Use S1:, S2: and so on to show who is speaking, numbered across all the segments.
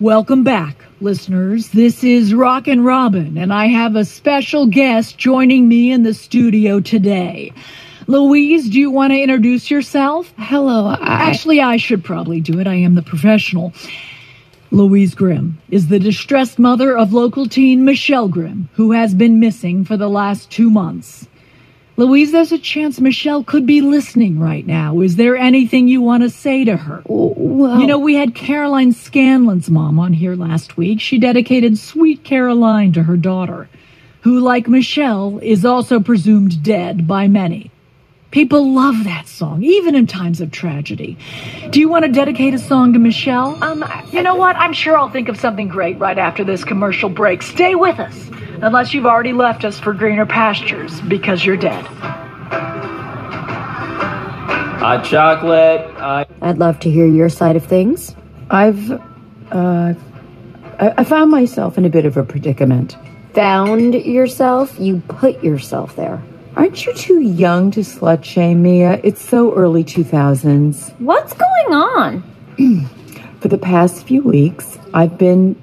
S1: Welcome back, listeners. This is Rockin' Robin, and I have a special guest joining me in the studio today. Louise, do you want to introduce yourself?
S2: Hello. I,
S1: Actually, I should probably do it. I am the professional. Louise Grimm is the distressed mother of local teen Michelle Grimm, who has been missing for the last two months. Louise, there's a chance Michelle could be listening right now. Is there anything you want to say to her?
S2: well,
S1: You know, we had Caroline Scanlon's mom on here last week. She dedicated Sweet Caroline to her daughter, who, like Michelle, is also presumed dead by many. People love that song, even in times of tragedy. Do you want to dedicate a song to Michelle?
S2: um, I,
S1: you know what? I'm sure I'll think of something great right after this commercial break. Stay with us, unless you've already left us for greener pastures because you're dead.
S3: Hot chocolate. I
S4: I'd love to hear your side of things.
S2: I've, uh, I, I found myself in a bit of a predicament.
S4: Found yourself, you put yourself there.
S2: Aren't you too young to slut shame, Mia? It's so early 2000s.
S5: What's going on?
S2: For the past few weeks, I've been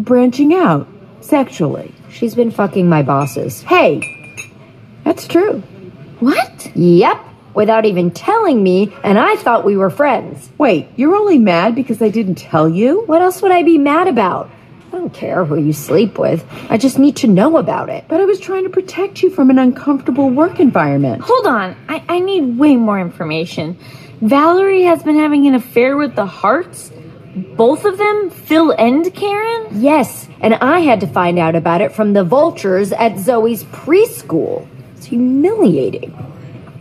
S2: branching out sexually.
S4: She's been fucking my bosses.
S2: Hey, that's true.
S5: What?
S4: Yep, without even telling me, and I thought we were friends.
S2: Wait, you're only mad because I didn't tell you?
S4: What else would I be mad about? I don't care who you sleep with. I just need to know about it.
S2: But I was trying to protect you from an uncomfortable work environment.
S5: Hold on. I, I need way more information. Valerie has been having an affair with the Hearts? Both of them? Phil and Karen?
S4: Yes, and I had to find out about it from the vultures at Zoe's preschool. It's humiliating.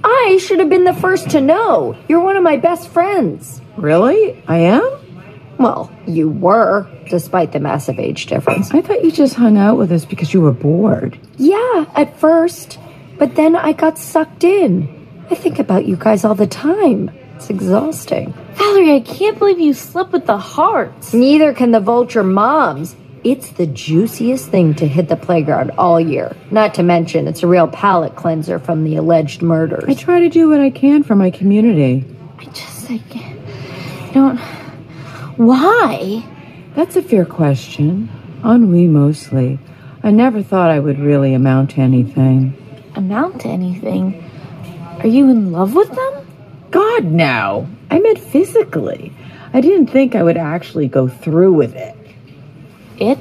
S4: I should have been the first to know. You're one of my best friends.
S2: Really? I am?
S4: Well, you were, despite the massive age difference.
S2: I thought you just hung out with us because you were bored.
S4: Yeah, at first. But then I got sucked in. I think about you guys all the time. It's exhausting.
S5: Valerie, I can't believe you slept with the Hearts.
S4: Neither can the vulture moms. It's the juiciest thing to hit the playground all year. Not to mention, it's a real palate cleanser from the alleged
S2: I
S4: murders.
S2: try to do what I can for my community.
S5: I just, I can't. I don't. Why?
S2: That's a fair question. Ennui mostly. I never thought I would really amount to anything.
S5: Amount to anything. Are you in love with them?
S2: God, no. I meant physically. I didn't think I would actually go through with it.
S5: It?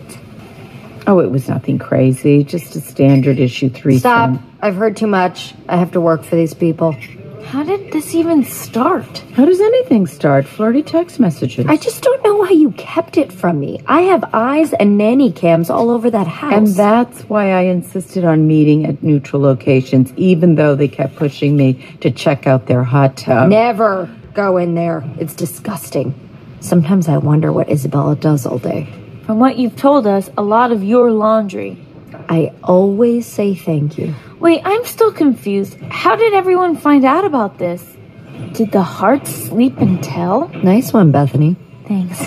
S2: Oh, it was nothing crazy. Just a standard issue three.
S4: Stop. I've heard too much. I have to work for these people.
S5: How did this even start?
S2: How does anything start? Flirty text messages.
S4: I just don't know how you kept it from me. I have eyes and nanny cams all over that house.
S2: And that's why I insisted on meeting at neutral locations, even though they kept pushing me to check out their hot tub.
S4: Never go in there. It's disgusting. Sometimes I wonder what Isabella does all day.
S5: From what you've told us, a lot of your laundry.
S4: I always say thank you.
S5: Wait, I'm still confused. How did everyone find out about this? Did the heart sleep and tell?
S4: Nice one, Bethany.
S5: Thanks.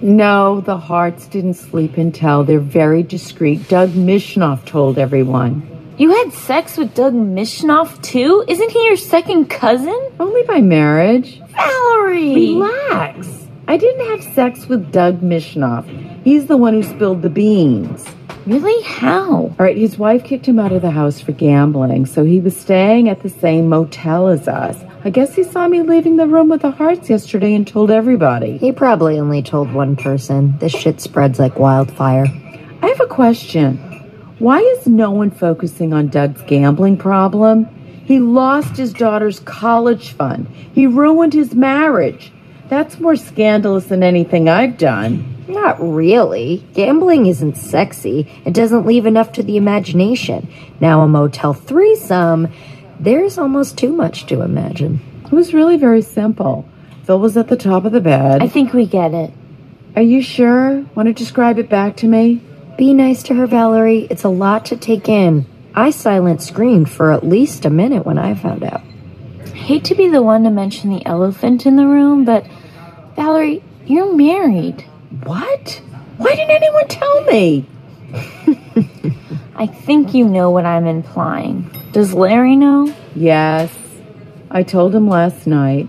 S2: No, the hearts didn't sleep and tell. They're very discreet. Doug Mishnoff told everyone.
S5: You had sex with Doug Mishnoff too? Isn't he your second cousin?
S2: Only by marriage.
S5: Valerie!
S2: Relax. I didn't have sex with Doug Mishnoff. He's the one who spilled the beans.
S5: Really? How?
S2: All right, his wife kicked him out of the house for gambling, so he was staying at the same motel as us. I guess he saw me leaving the room with the hearts yesterday and told everybody.
S4: He probably only told one person. This shit spreads like wildfire.
S2: I have a question. Why is no one focusing on Doug's gambling problem? He lost his daughter's college fund. He ruined his marriage. That's more scandalous than anything I've done.
S4: Not really. Gambling isn't sexy. It doesn't leave enough to the imagination. Now, a Motel threesome, there's almost too much to imagine.
S2: It was really very simple. Phil was at the top of the bed.
S5: I think we get it.
S2: Are you sure? Want to describe it back to me?
S4: Be nice to her, Valerie. It's a lot to take in. I silent screamed for at least a minute when I found out.
S5: Hate to be the one to mention the elephant in the room, but Valerie, you're married.
S2: What? Why didn't anyone tell me?
S5: I think you know what I'm implying. Does Larry know?
S2: Yes. I told him last night.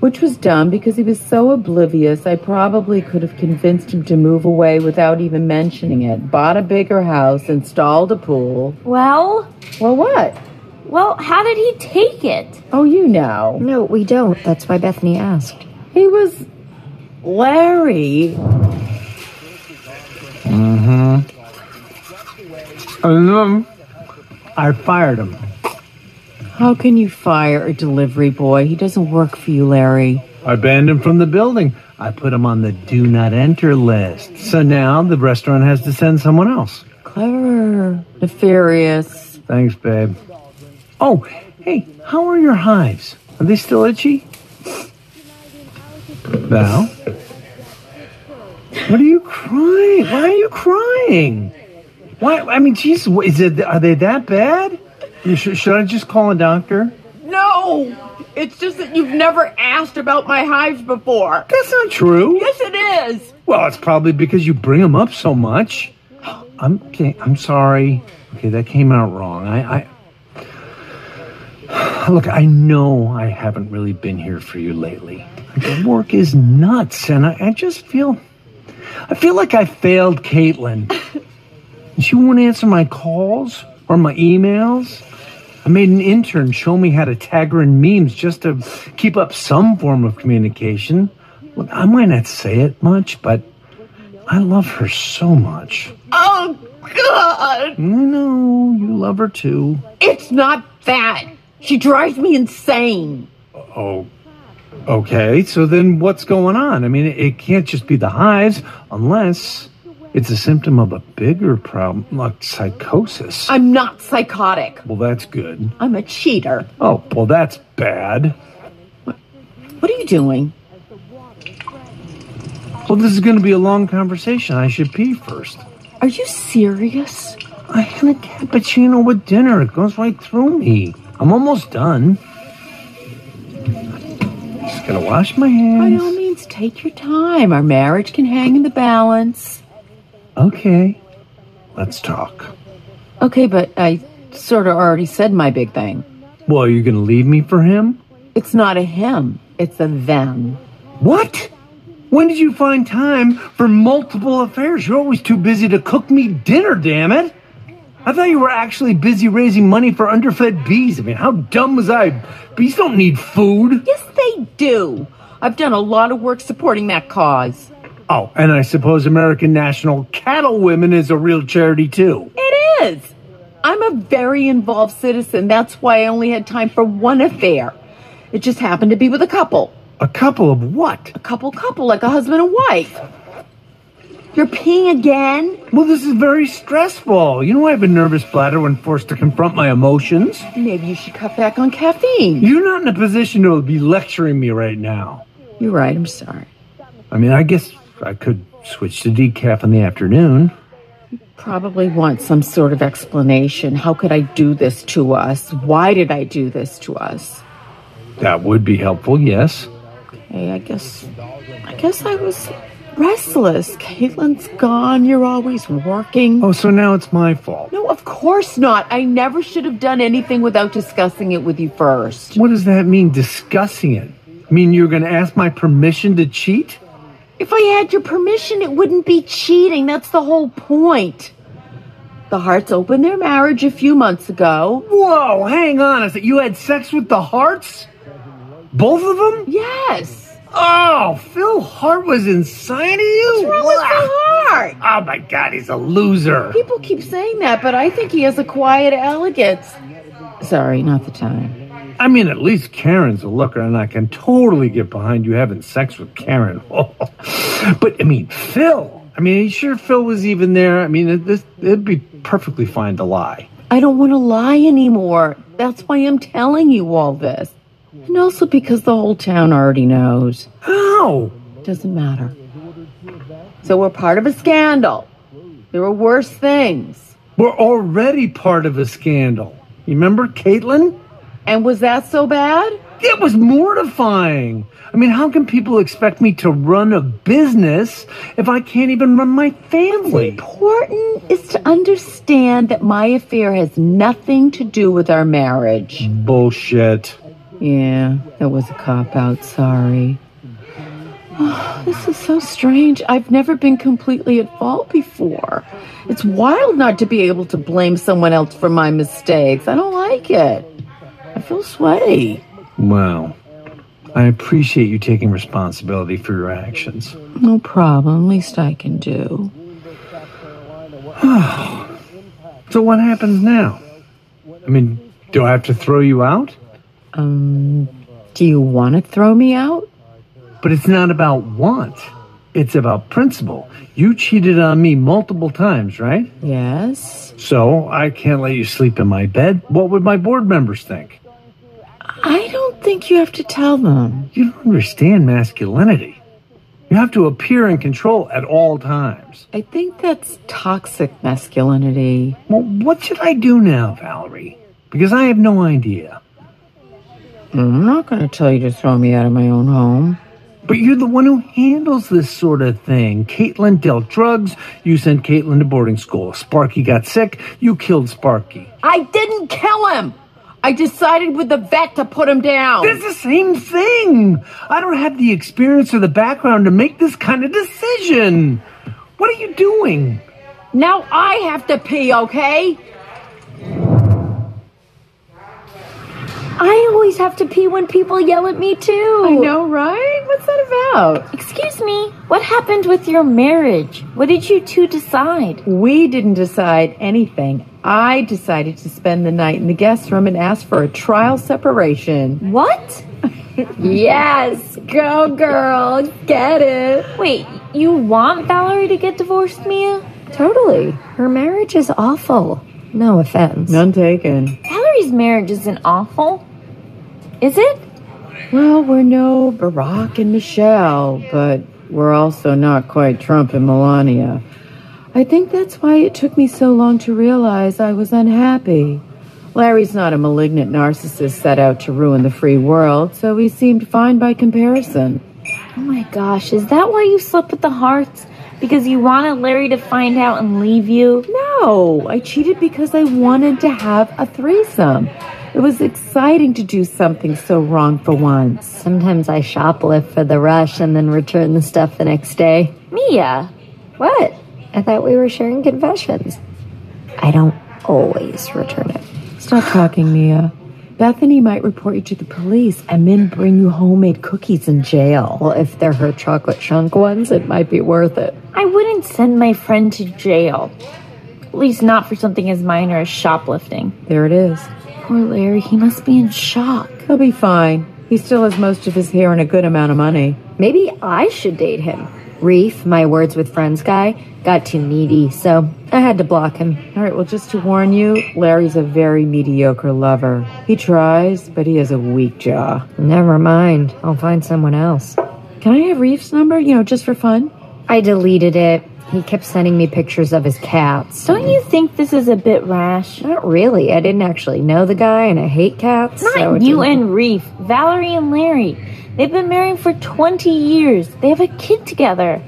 S2: which was dumb because he was so oblivious I probably could have convinced him to move away without even mentioning it. Bought a bigger house, installed a pool.
S5: Well,
S2: Well, what?
S5: well, how did he take it?
S2: Oh, you know.
S4: No, we don't. That's why Bethany asked.
S2: He was Larry.
S6: And then I fired him.
S2: How can you fire a delivery boy? He doesn't work for you, Larry.
S6: I banned him from the building. I put him on the do not enter list. So now the restaurant has to send someone else.
S2: Clever. Nefarious.
S6: Thanks, babe. Oh, hey, how are your hives? Are they still itchy? Val? What are you crying? Why are you crying? Why? I mean, geez, wh- is it? Are they that bad? You sh- should I just call a doctor?
S2: No! It's just that you've never asked about my hives before.
S6: That's not true.
S2: Yes, it is.
S6: Well, it's probably because you bring them up so much. I'm okay, I'm sorry. Okay, that came out wrong. I, I look. I know I haven't really been here for you lately. The work is nuts, and I, I just feel, I feel like I failed Caitlin. She won't answer my calls or my emails. I made an intern show me how to tag her in memes just to keep up some form of communication. Look, I might not say it much, but I love her so much.
S2: Oh, God.
S6: I know you love her too.
S2: It's not that. She drives me insane.
S6: Oh, okay. So then what's going on? I mean, it, it can't just be the hives unless it's a symptom of a bigger problem like psychosis.
S2: I'm not psychotic.
S6: well, that's good.
S2: I'm a cheater.
S6: Oh, well, that's bad.
S2: What are you doing?
S6: Well, this is going to be a long conversation. I should pee first.
S2: Are you serious?
S6: I had a cappuccino with dinner. It goes right through me. I'm almost done. Just gotta wash my
S2: By
S6: hands.
S2: all means, take your time. Our marriage can hang in the balance.
S6: Okay, let's talk.
S2: Okay, but I sort of already said my big thing.
S6: Well, are you gonna leave me for him?
S2: It's not a him, it's a them.
S6: What? When did you find time for multiple affairs? You're always too busy to cook me dinner, damn it. I thought you were actually busy raising money for underfed bees. I mean, how dumb was I? Bees don't need food.
S2: Yes, they do. I've done a lot of work supporting that cause.
S6: Oh, and I suppose American National Cattle Women is a real charity too.
S2: It is. I'm a very involved citizen. That's why I only had time for one affair. It just happened to be with a couple.
S6: A couple of what?
S2: A couple couple, like a husband and wife. You're peeing again?
S6: Well, this is very stressful. You know, I have a nervous bladder when forced to confront my emotions.
S2: Maybe you should cut back on caffeine.
S6: You're not in a position to be lecturing me right now.
S2: You're right, I'm sorry.
S6: I mean, I guess I could switch to decaf in the afternoon.
S2: Probably want some sort of explanation. How could I do this to us? Why did I do this to us?
S6: That would be helpful, yes.
S2: Hey, I guess I guess I was restless. Caitlin's gone. You're always working.
S6: Oh, so now it's my fault.
S2: No, of course not. I never should have done anything without discussing it with you first.
S6: What does that mean, discussing it? I mean, you're going to ask my permission to cheat?
S2: If I had your permission, it wouldn't be cheating. That's the whole point. The Hearts opened their marriage a few months ago.
S6: Whoa, hang on a sec. You had sex with the Hearts? Both of them?
S2: Yes.
S6: Oh, Phil Hart was inside of you?
S2: That was the
S6: Wow.
S2: heart.
S6: Oh my god, he's a loser.
S2: People keep saying that, but I think he has a quiet elegance. Sorry, not the time.
S6: I mean, at least Karen's a looker, and I can totally get behind you having sex with Karen. but I mean, Phil. I mean, are you sure Phil was even there? I mean, it, this, it'd be perfectly fine to lie.
S2: I don't want to lie anymore. That's why I'm telling you all this. And also because the whole town already knows.
S6: How?
S2: Doesn't matter. So we're part of a scandal. There are worse things.
S6: We're already part of a scandal. You remember Caitlin?
S2: And was that so bad?
S6: It was mortifying. I mean, how can people expect me to run a business if I can't even run my family?
S2: Important is to understand that my affair has nothing to do with our marriage.
S6: Bullshit.
S2: Yeah, that was a cop out. Sorry. Oh, this is so strange. I've never been completely at fault before. It's wild not to be able to blame someone else for my mistakes. I don't like it. I feel sweaty.
S6: Wow. I appreciate you taking responsibility for your actions.
S2: No problem. Least I can do.
S6: So what happens now? I mean, do I have to throw you out?
S2: Um, do you want to throw me out?
S6: But it's not about want. It's about principle. You cheated on me multiple times, right?
S2: Yes.
S6: So I can't let you sleep in my bed. What would my board members think?
S2: I don't think you have to tell them.
S6: You don't understand masculinity. You have to appear in control at all times.
S2: I think that's toxic masculinity.
S6: Well, what should I do now, Valerie? Because I have no idea.
S2: I'm not going to tell you to throw me out of my own home.
S6: But you're the one who handles this sort of thing. Caitlin dealt drugs. You sent Caitlin to boarding school. Sparky got sick. You killed Sparky.
S2: I didn't kill him. I decided with the vet to put him down.
S6: It's the same thing. I don't have the experience or the background to make this kind of decision. What are you doing?
S2: now I have to pee, okay?
S4: I always have to pee when people yell at me too.
S2: I know, right? What's that about?
S5: Excuse me, what happened with your marriage? What did you two decide?
S2: We didn't decide anything. I decided to spend the night in the guest room and ask for a trial separation.
S5: What?
S4: Yes, go girl, get it.
S5: Wait, you want Valerie to get divorced, Mia?
S4: Totally. Her marriage is awful. No offense.
S2: None taken.
S5: Valerie's marriage isn't awful. Is it?
S2: Well, we're no Barack and Michelle, but we're also not quite Trump and Melania. I think that's why it took me so long to realize I was unhappy. Larry's not a malignant narcissist set out to ruin the free world, so he seemed fine by comparison.
S5: Oh my gosh, is that why you slept with the hearts? Because you wanted Larry to find out and leave you?
S2: No, I cheated because I wanted to have a threesome. It was exciting to do something so wrong for once.
S4: Sometimes I shoplift for the rush and then return the stuff the next day.
S5: Mia,
S4: What? I thought we were sharing confessions. I don't always return it.
S2: Stop talking, Mia. Bethany might report you to the police and then bring you homemade cookies in jail.
S4: Well, if they're her chocolate chunk ones, it might be worth it.
S5: I wouldn't send my friend to jail. At least not for something as minor as shoplifting.
S2: There it is.
S5: Poor Larry, he must be in shock.
S2: He'll be fine. He still has most of his hair and a good amount of money.
S4: Maybe I should date him. Reef, my words with friends guy, got too needy, so I had to block him.
S2: All right, well, just to warn you, Larry's a very mediocre lover. He tries, but he has a weak jaw.
S4: Never mind, I'll find someone else.
S2: Can I have Reeves' number, you know, just for fun?
S4: I deleted it. He kept sending me pictures of his cats.
S5: Don't you think this is a bit rash?
S4: Not really. I didn't actually know the guy, and I hate cats.
S5: Not
S4: so it
S5: you
S4: didn't-
S5: and Reef, Valerie and Larry. They've been married for 20 years. They have a kid together.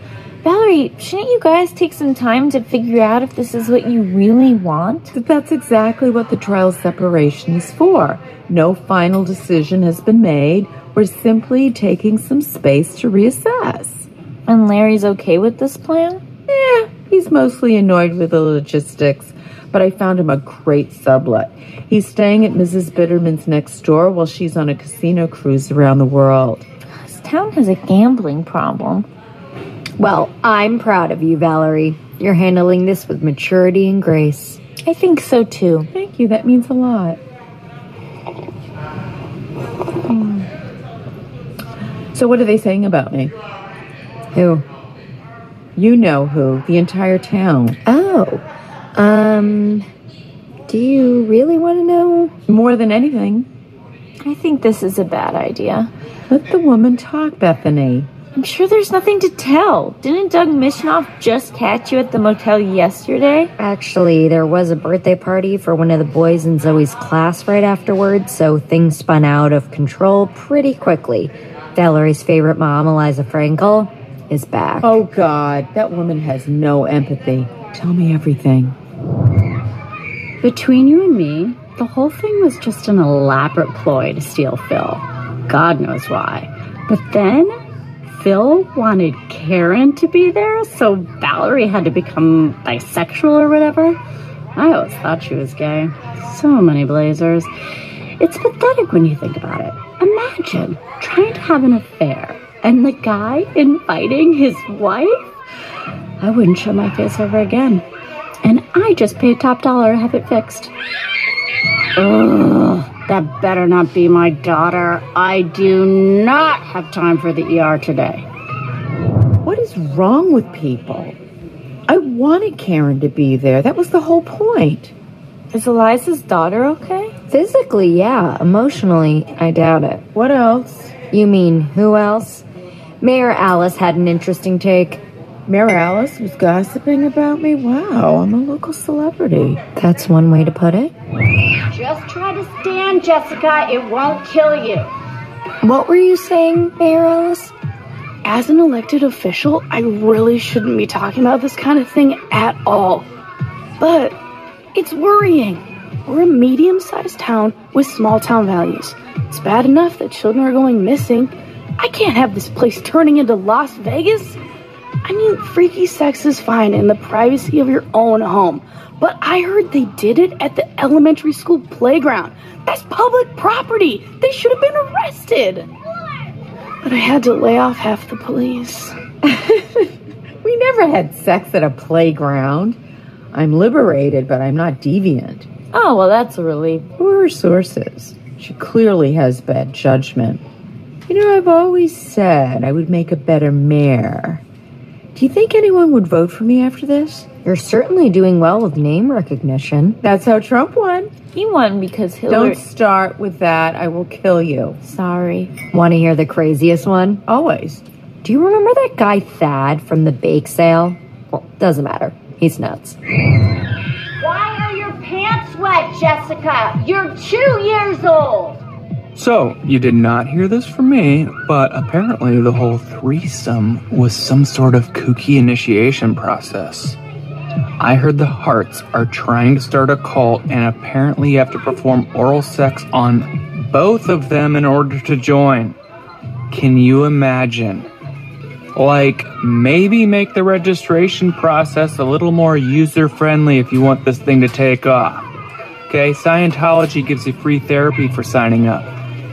S5: Valerie, shouldn't you guys take some time to figure out if this is what you really want?
S2: But that's exactly what the trial separation is for. No final decision has been made. We're simply taking some space to reassess.
S5: And Larry's okay with this plan?
S2: Yeah, he's mostly annoyed with the logistics, but I found him a great sublet. He's staying at Mrs. Bitterman's next door while she's on a casino cruise around the world.
S5: This town has a gambling problem.
S4: Well, I'm proud of you, Valerie. You're handling this with maturity and grace.
S5: I think so too.
S2: Thank you, that means a lot. Hmm. So, what are they saying about me?
S4: Who?
S2: You know who, the entire town.
S4: Oh, um, do you really want to know?
S2: More than anything,
S5: I think this is a bad idea.
S2: let the woman talk, Bethany.
S5: I'm sure there's nothing to tell. Didn't Doug Mishnoff just catch you at the motel yesterday?
S4: Actually, there was a birthday party for one of the boys in Zoe's class right afterwards, so things spun out of control pretty quickly. Valerie's favorite mom, Eliza Frankel, is back.
S2: Oh, God, that woman has no empathy. Tell me everything.
S7: Between you and me, the whole thing was just an elaborate ploy to steal Phil. God knows why. But then Phil wanted Karen to be there, so Valerie had to become bisexual or whatever. I always thought she was gay. So many blazers. It's pathetic when you think about it. Imagine trying to have an affair and the guy inviting his wife. I wouldn't show my face ever again. And I just paid top dollar to have it fixed. Ugh, that better not be my daughter. I do not have time for the ER today.
S2: What is wrong with people? I wanted Karen to be there. That was the whole point.
S5: Is Eliza's daughter okay?
S4: Physically, yeah. Emotionally, I doubt it.
S2: What else?
S4: You mean who else? Mayor Alice had an interesting take.
S2: Mary Alice was gossiping about me. Wow, I'm a local celebrity.
S4: That's one way to put it.
S8: Just try to stand, Jessica. It won't kill you.
S4: What were you saying, Mayor Alice?
S9: As an elected official, I really shouldn't be talking about this kind of thing at all. But it's worrying. We're a medium sized town with small town values. It's bad enough that children are going missing. I can't have this place turning into Las Vegas. I mean, freaky sex is fine in the privacy of your own home, but I heard they did it at the elementary school playground. That's public property. They should have been arrested. But I had to lay off half the police.
S2: We never had sex at a playground. I'm liberated, but I'm not deviant.
S5: Oh, well, that's a relief.
S2: Who are her sources? She clearly has bad judgment. You know, I've always said I would make a better mayor. Do you think anyone would vote for me after this?
S4: You're certainly doing well with name recognition.
S2: That's how Trump won.
S5: He won because Hillary.
S2: Don't start with that. I will kill you.
S5: Sorry.
S4: Want to hear the craziest one?
S2: Always.
S4: Do you remember that guy Thad from the bake sale? Well, doesn't matter. He's nuts.
S8: Why are your pants wet, Jessica? You're two years old.
S10: So, you did not hear this from me, but apparently the whole threesome was some sort of kooky initiation process. I heard the Hearts are trying to start a cult, and apparently you have to perform oral sex on both of them in order to join. Can you imagine? Like, maybe make the registration process a little more user friendly if you want this thing to take off. Okay, Scientology gives you free therapy for signing up.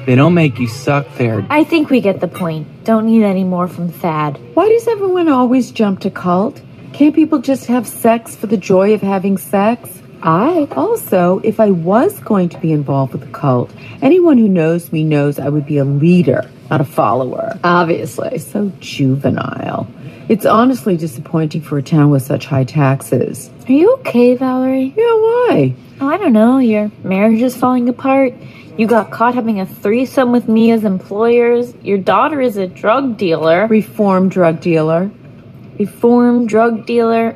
S10: They don't make you suck there.
S5: I think we get the point. Don't need any more from Thad.
S2: Why does everyone always jump to cult? Can't people just have sex for the joy of having sex? I also, if I was going to be involved with a cult, anyone who knows me knows I would be a leader, not a follower.
S4: Obviously.
S2: So juvenile. It's honestly disappointing for a town with such high taxes.
S5: Are you okay, Valerie?
S2: Yeah, why?
S5: Oh, I don't know. Your marriage is falling apart. You got caught having a threesome with me as employers. Your daughter is a drug dealer,
S2: Reform drug dealer.
S5: reformed drug dealer.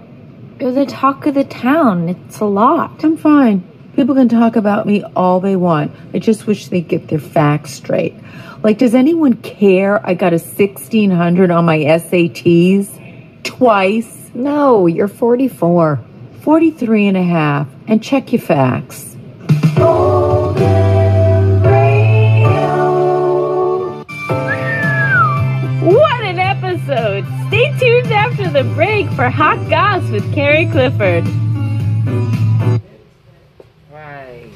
S5: You're the talk of the town. It's a lot.
S2: I'm fine. People can talk about me all they want. I just wish they'd get their facts straight. Like, does anyone care I got a 1600 on my SATs? Twice?
S4: No, you're 44.
S2: 43 and a half. And check your facts.
S5: What an episode! Stay tuned after the break for Hot Goss with Carrie Clifford.
S2: Right.